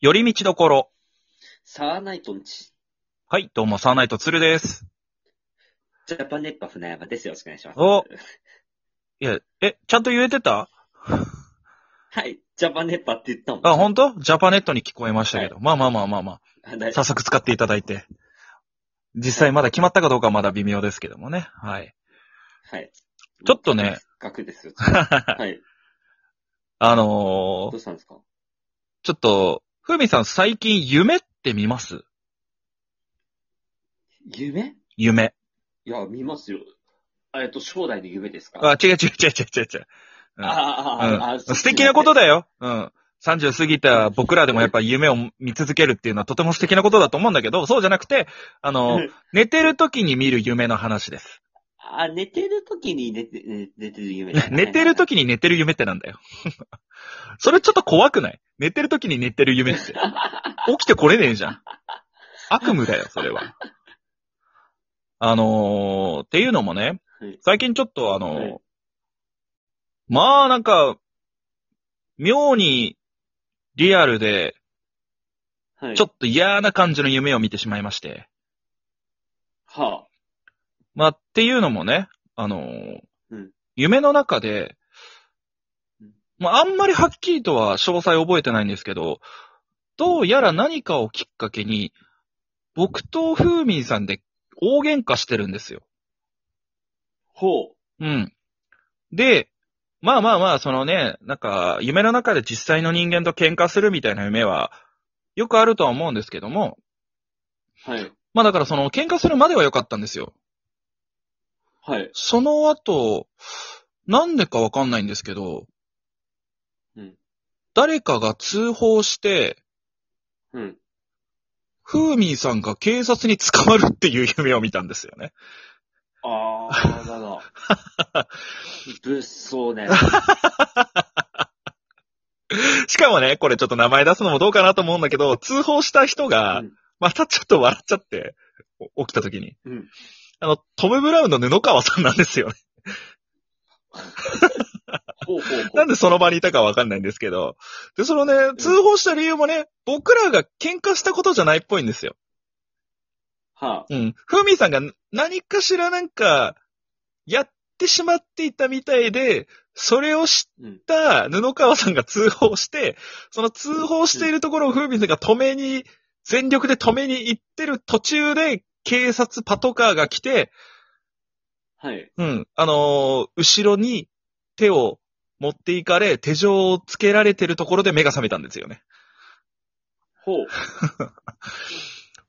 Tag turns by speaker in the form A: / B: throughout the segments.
A: 寄り道どころ。
B: サーナイトンチ、
A: はい、どうも、サーナイトツルです。
B: ジャパネッパ船山です。よろしくお願いします。
A: おいや、え、ちゃんと言えてた
B: はい、ジャパネッパって言ったもん。
A: あ、本当ジャパネットに聞こえましたけど。まあまあまあまあま
B: あ
A: あ。
B: 大丈
A: 早速使っていただいて。実際まだ決まったかどうかはまだ微妙ですけどもね。はい。
B: 夫はい。
A: ちょっとね。
B: 額ですよ。はい。
A: あ
B: ど
A: のー
B: うしたんですか
A: ちょっと、ふみさん最近夢って見ます
B: 夢
A: 夢。
B: いや、見ますよ。あえっと、将来の夢ですか
A: あ、違う違う違う違う違う違う。
B: ああ
A: うん
B: ああ、
A: 素敵なこと
B: だ
A: だよ。うん。30過ぎた僕らでもやっぱ夢を見続けるっていうのはとても素敵なことだと思うんだけど、そうじゃなくて、あの、 寝てる時に見る夢の話です。
B: あ、寝てる時に寝て、寝寝てる夢だ
A: 寝てる時に寝てる夢ってなんだよ。 それちょっと怖くない寝てる時に寝てる夢って。起きてこれねえじゃん。悪夢だよ、それは。あのー、っていうのもね
B: はい、
A: 最近ちょっとあのー
B: はい
A: まあなんか、妙にリアルで、
B: はい。
A: ちょっと嫌な感じの夢を見てしまいまして。
B: は
A: まあっていうのもね、あのー
B: うん
A: 夢の中で
B: うん、
A: まああんまりはっきりとは詳細覚えてないんですけど、どうやら何かをきっかけに、僕とフーミンさんで大喧嘩してるんですよ。
B: あ、ほ
A: うん。で、まあまあまあ、そのね、なんか、夢の中で実際の人間と喧嘩するみたいな夢は、よくあるとは思うんですけども、
B: う。はい。
A: まあだからその喧嘩するまでは良かったんですよ。
B: はい。
A: その後、なんでかわかんないんですけど、
B: うん
A: 誰かが通報して、
B: うん。
A: フーミンさんが警察に捕まるっていう夢を見たんですよね。
B: ああ、なるほど。 物騒ね。
A: しかもね、これちょっと名前出すのもどうかなと思うんだけど、通報した人が
B: うん、
A: またちょっと笑っちゃって、お起きた時に。
B: うん
A: あの、トム・ブラウンの布川さんなんですよね。
B: ほうほうほう。
A: なんでその場にいたかわかんないんですけど。で、そのね、通報した理由もね、僕らが喧嘩したことじゃないっぽいんですよ。
B: は
A: うん。ふみさんが何かしらなんか、やってしまっていたみたいで、それを知った布川さんが通報して、その通報しているところをふみさんが止めに、全力で止めに行ってる途中で、警察パトカーが来て、
B: あ、はい。
A: うん、あのー後ろに手を持っていかれ、手錠をつけられてるところで目が覚めたんですよね。
B: ほう。
A: ま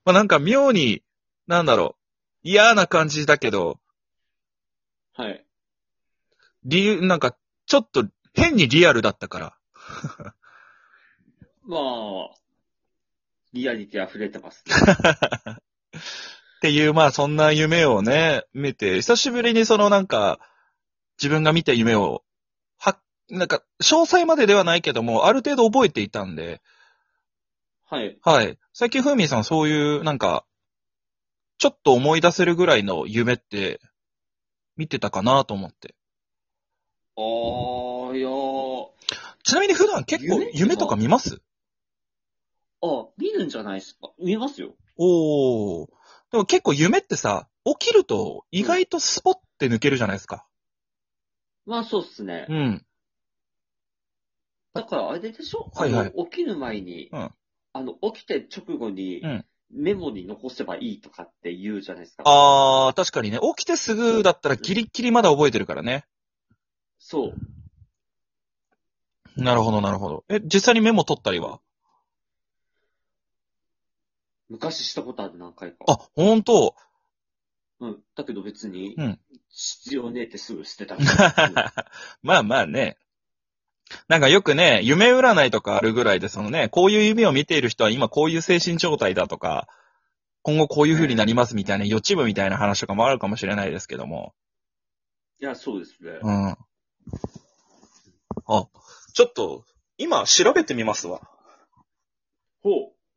A: あ、なんか妙に、なんだろう、嫌な感じだけど、
B: はい。
A: 理由、なんか、ちょっと変にリアルだったから。
B: まあ、リアリティ溢れてます、
A: っていう、まあそんな夢をね、見て、久しぶりにそのなんか、自分が見た夢を、は、なんか、詳細までではないけども、ある程度覚えていたんで、
B: はい。
A: はい。最近、ふうみんさんそういう、なんか、ちょっと思い出せるぐらいの夢って、見てたかなと思って。
B: あー、いやー。
A: ちなみに普段結構
B: 夢
A: 夢とか見ます
B: あ、見るんじゃないですか。見ますよ。
A: おー。でも結構夢ってさ、起きると意外とスポって抜けるじゃないですか。
B: まあ、そうっすね。
A: うん。
B: だから、あれでしょ
A: はいはい
B: あの起きる前に、
A: うん
B: あの、起きて直後に、
A: うん
B: メモに残せばいいとかって言うじゃないですか。
A: あー、確かにね。起きてすぐだったらギリッギリまだ覚えてるからね。
B: そう。
A: なるほど、なるほど。え、実際にメモ取ったりは
B: 昔したことある何回か。
A: あ、ほんと
B: うん。だけど別に、
A: うん
B: 必要ねえってすぐ捨てた。
A: まあまあね。なんかよくね、夢占いとかあるぐらいで、そのね、こういう夢を見ている人は今こういう精神状態だとか、今後こういう風になりますみたいな予知部みたいな話とかもあるかもしれないですけども。
B: いや、そうですね。
A: うん。あ、ちょっと、今調べてみますわ。
B: ほう。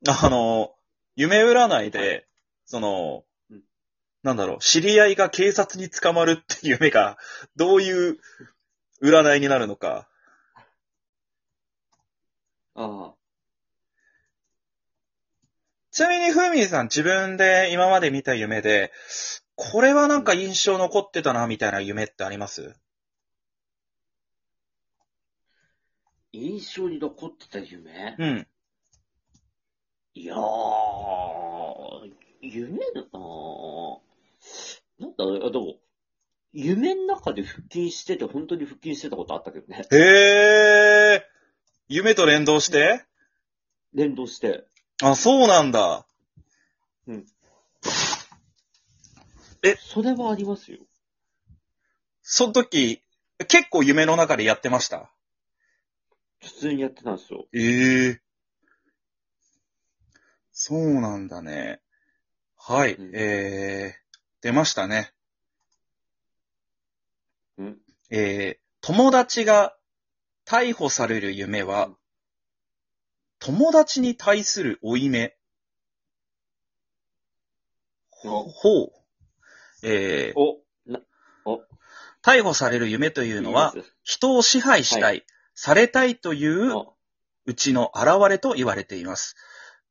A: あの、夢占いで、その
B: うん、
A: なんだろう、知り合いが警察に捕まるっていう夢が、どういう占いになるのか。
B: ああ。
A: ちなみに、ふうみんさん、自分で今まで見た夢で、これはなんか印象残ってたな、みたいな夢ってあります
B: 印象に残ってた夢
A: うん。
B: いやー、夢だなーなんだろう、あでも、夢の中で腹筋してて、本当に腹筋してたことあったけどね。
A: へえ。夢と連動して
B: 連動して。
A: あ、そうなんだ。
B: それはありますよ。
A: その時、結構夢の中でやってました。
B: 普通にやってたんですよ。
A: ええそうなんだね。はい、
B: うん
A: えー、出ましたね。
B: うん
A: えー、友達が逮捕される夢は、友達に対する負い目。
B: お
A: ほう。えー、
B: お、
A: 逮捕される夢というのは、
B: いいです
A: 人を支配したい、
B: は
A: されたいという
B: あ
A: うちの現れと言われています。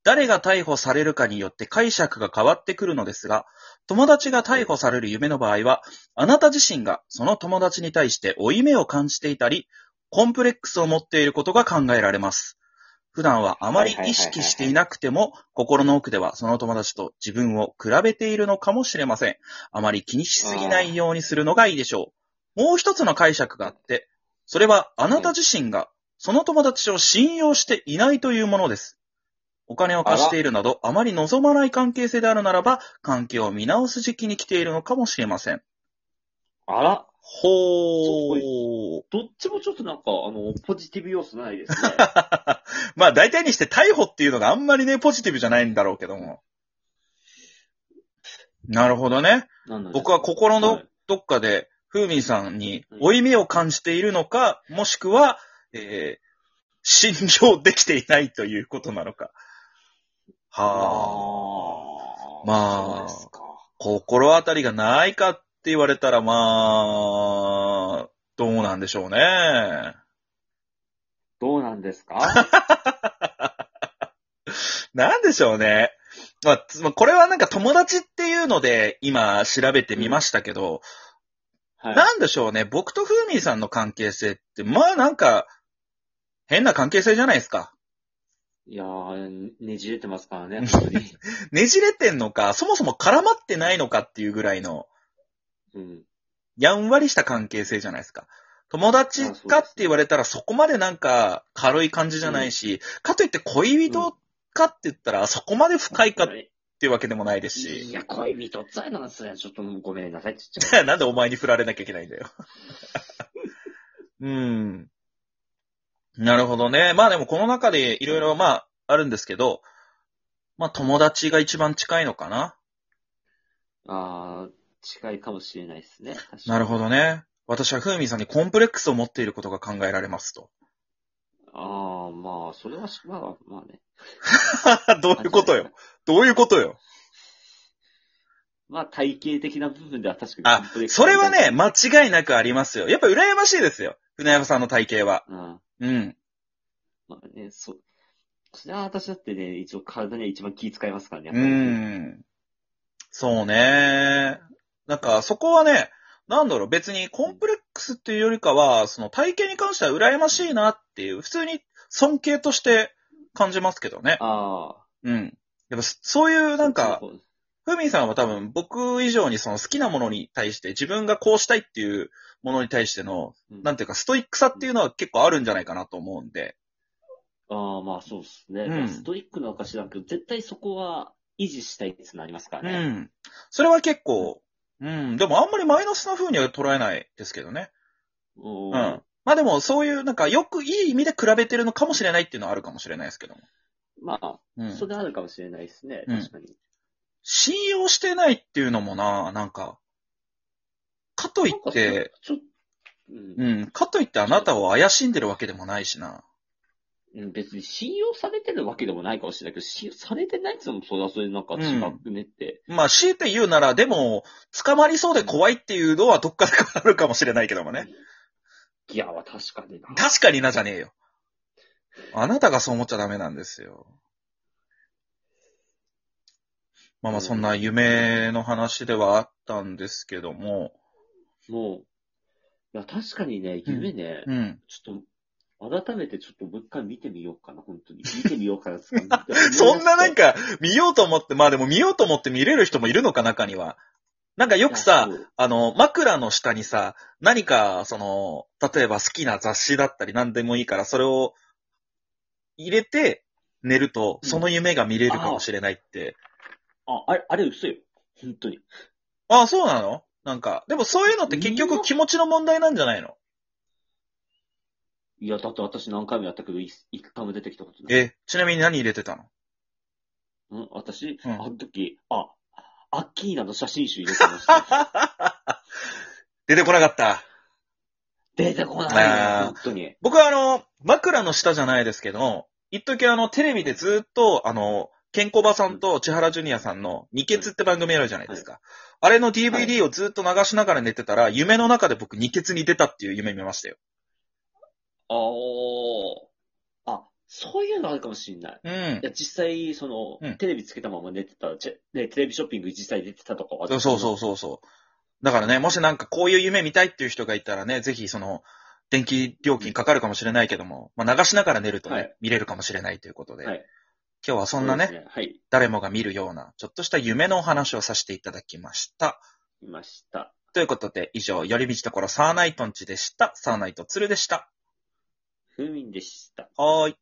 A: 誰が逮捕されるかによって解釈が変わってくるのですが、友達が逮捕される夢の場合は、あなた自身がその友達に対して負い目を感じていたり、コンプレックスを持っていることが考えられます。普段はあまり意識していなくても、心の奥ではその友達と自分を比べているのかもしれません。あまり気にしすぎないようにするのがいいでしょう。もう一つの解釈があって、それはあなた自身がその友達を信用していないというものです。お金を貸しているなど、あまり望まない関係性であるならば、関係を見直す時期に来ているのかもしれません。
B: あら、
A: ほ
B: そう
A: ー。
B: どっちもちょっとなんか、あの、ポジティブ要素ないです ね。
A: まあ大体にして逮捕っていうのがあんまりね、ポジティブじゃないんだろうけども。なるほどね。
B: なんなんです
A: 僕は心
B: は
A: の
B: い
A: どっかで、ふうみんさんに
B: うん
A: 負い目を感じているのか、もしくは、えー、信用できていないということなのか。はあ、
B: あー
A: まあ
B: そうですか。
A: 心当たりがないかって言われたら、まあ、どうなんでしょうね。
B: どうなんです か
A: なんでしょうね。まあ、つまあこれはなんか友達っていうので今調べてみましたけど、
B: はい。
A: なんでしょうね。僕とふうみんさんの関係性って、まあなんか、変な関係性じゃないですか。
B: いやー、ねじれてますからね、本当に。
A: ねじれてんのか、そもそも絡まってないのかっていうぐらいの、
B: うん。
A: やんわりした関係性じゃないですか。友達
B: あそうです
A: かって言われたらそこまでなんか軽い感じじゃないし、かといって恋人かって言ったらそこまで深いかっていうわけでもないですし、
B: いや、恋人つらいなんすね。ちょっともうごめんなさいって言っちゃ う。
A: なんでお前に振られなきゃいけないんだよ。 うん。なるほどね。まあでもこの中でいろいろまああるんですけど、まあ友達が一番近いのかな。
B: あー、近いかもしれないですね。確かに
A: なるほど。ね。私はふうみんさんにコンプレックスを持っていることが考えられますと。
B: あー、まあ、それはし、まあ、まあね。
A: どういうことよ。。どういうことよ。
B: まあ、体系的な部分では確かに
A: あ
B: コンプレックス
A: それは、ね、間違いなくありますよ。やっぱ羨ましいですよ。船山さんの体型は。
B: うん。
A: うん。
B: まあね、そう。それは私だってね、一応体には一番気遣いますからね。やっ
A: う
B: ぱり
A: ん。そうね。なんか、そこはね、なんだろう、別にコンプレックスっていうよりかは、その体型に関しては羨ましいなっていう、普通に尊敬として感じますけどね。
B: あ
A: うん。やっぱ、そういう
B: あ。
A: なんか、
B: そうそう
A: ふみんさんは多分僕以上にその好きなものに対して自分がこうしたいっていうものに対しての、
B: うん
A: なんていうかストイックさっていうのは結構あるんじゃないかなと思うんで。
B: ああ、まあそうですね。
A: うん
B: まあストイックなのか知らんけど、絶対そこは維持したいってなりますか
A: う
B: らね。
A: ん。それは結構、うん。でもあんまりマイナスな風には捉えないですけどね。
B: う
A: うんん。まあでもそういうなんかよくいい意味で比べてるのかもしれないっていうのはあるかもしれないですけども。
B: まあ、
A: うん。
B: それあるかもしれないですね。
A: うん
B: 確かに。
A: 信用してないっていうのもな、なんか、かとい
B: なんか
A: っ
B: それ
A: て、
B: ちょっと、うん
A: うん。かといってあなたを怪しんでるわけでもないしな。
B: うん、別に信用されてるわけでもないかもしれないけど、信用されてないっていうのもそうだ、それなんか違くねって。
A: まあ、強いて言うなら、でも、捕まりそうで怖いっていうのはどっかであるかもしれないけどもね。
B: ギアは確かにな。
A: 確かになじゃねえよ。あなたがそう思っちゃダメなんですよ。まあまあそんな夢の話ではあったんですけども、
B: もう、いや、確かにね、夢ね、
A: うん。
B: ちょっと、改めてちょっともう一回見てみようかな、本 当に。見てみようかな、つか
A: そんななん
B: か、
A: か見ようと思って、まあでも見ようと思って見れる人もいるのか中には。なんかよくさ
B: い、や、そう
A: あの、枕の下にさ、何か、その、例えば好きな雑誌だったり何でもいいから、それを入れて寝ると、
B: うん
A: その夢が見れるかもしれないって。
B: あ、あれ、あれ嘘よ。本当に。
A: ああ、そうなのなんか、でもそういうのって結局気持ちの問題なんじゃないの
B: いや、だって私何回もやったけど、い一回も出てきたことない。
A: え、ちなみに何入れてたの
B: うん、私、
A: うん
B: あの時、あ、アッキーナの写真集入れて ました。
A: 出てこなかった。
B: 出てこない
A: あー
B: ね、本当に。
A: 僕はあの、枕の下じゃないですけど、一時あの、テレビでずっと、あの、ケンコバさんと千原ジュニアさんの二ケツって番組あるじゃないですか。あれの DVD をずっと流しながら寝てたら、夢の中で僕二ケツに出たっていう夢見ましたよ。
B: あー。あ、そういうのあるかもしれない。
A: うん
B: い。や、実際、その、
A: うん
B: テレビつけたまま寝てた、ちね、テレビショッピング実際出てたとかは
A: そうそうそうそうそう。だからね、もしなんかこういう夢見たいっていう人がいたらね、ぜひその、電気料金かかるかもしれないけども、まあ、流しながら寝るとね、
B: はい
A: 見れるかもしれないということで、
B: はい
A: 今日はそんな
B: そう
A: ね、
B: ですはい。
A: 誰もが見るような、ちょっとした夢のお話をさせていただきました。
B: いました。
A: ということで、以上、寄り道ところサーナイトンチでした。サーナイトツルでした。
B: ふみんでした。
A: はーい。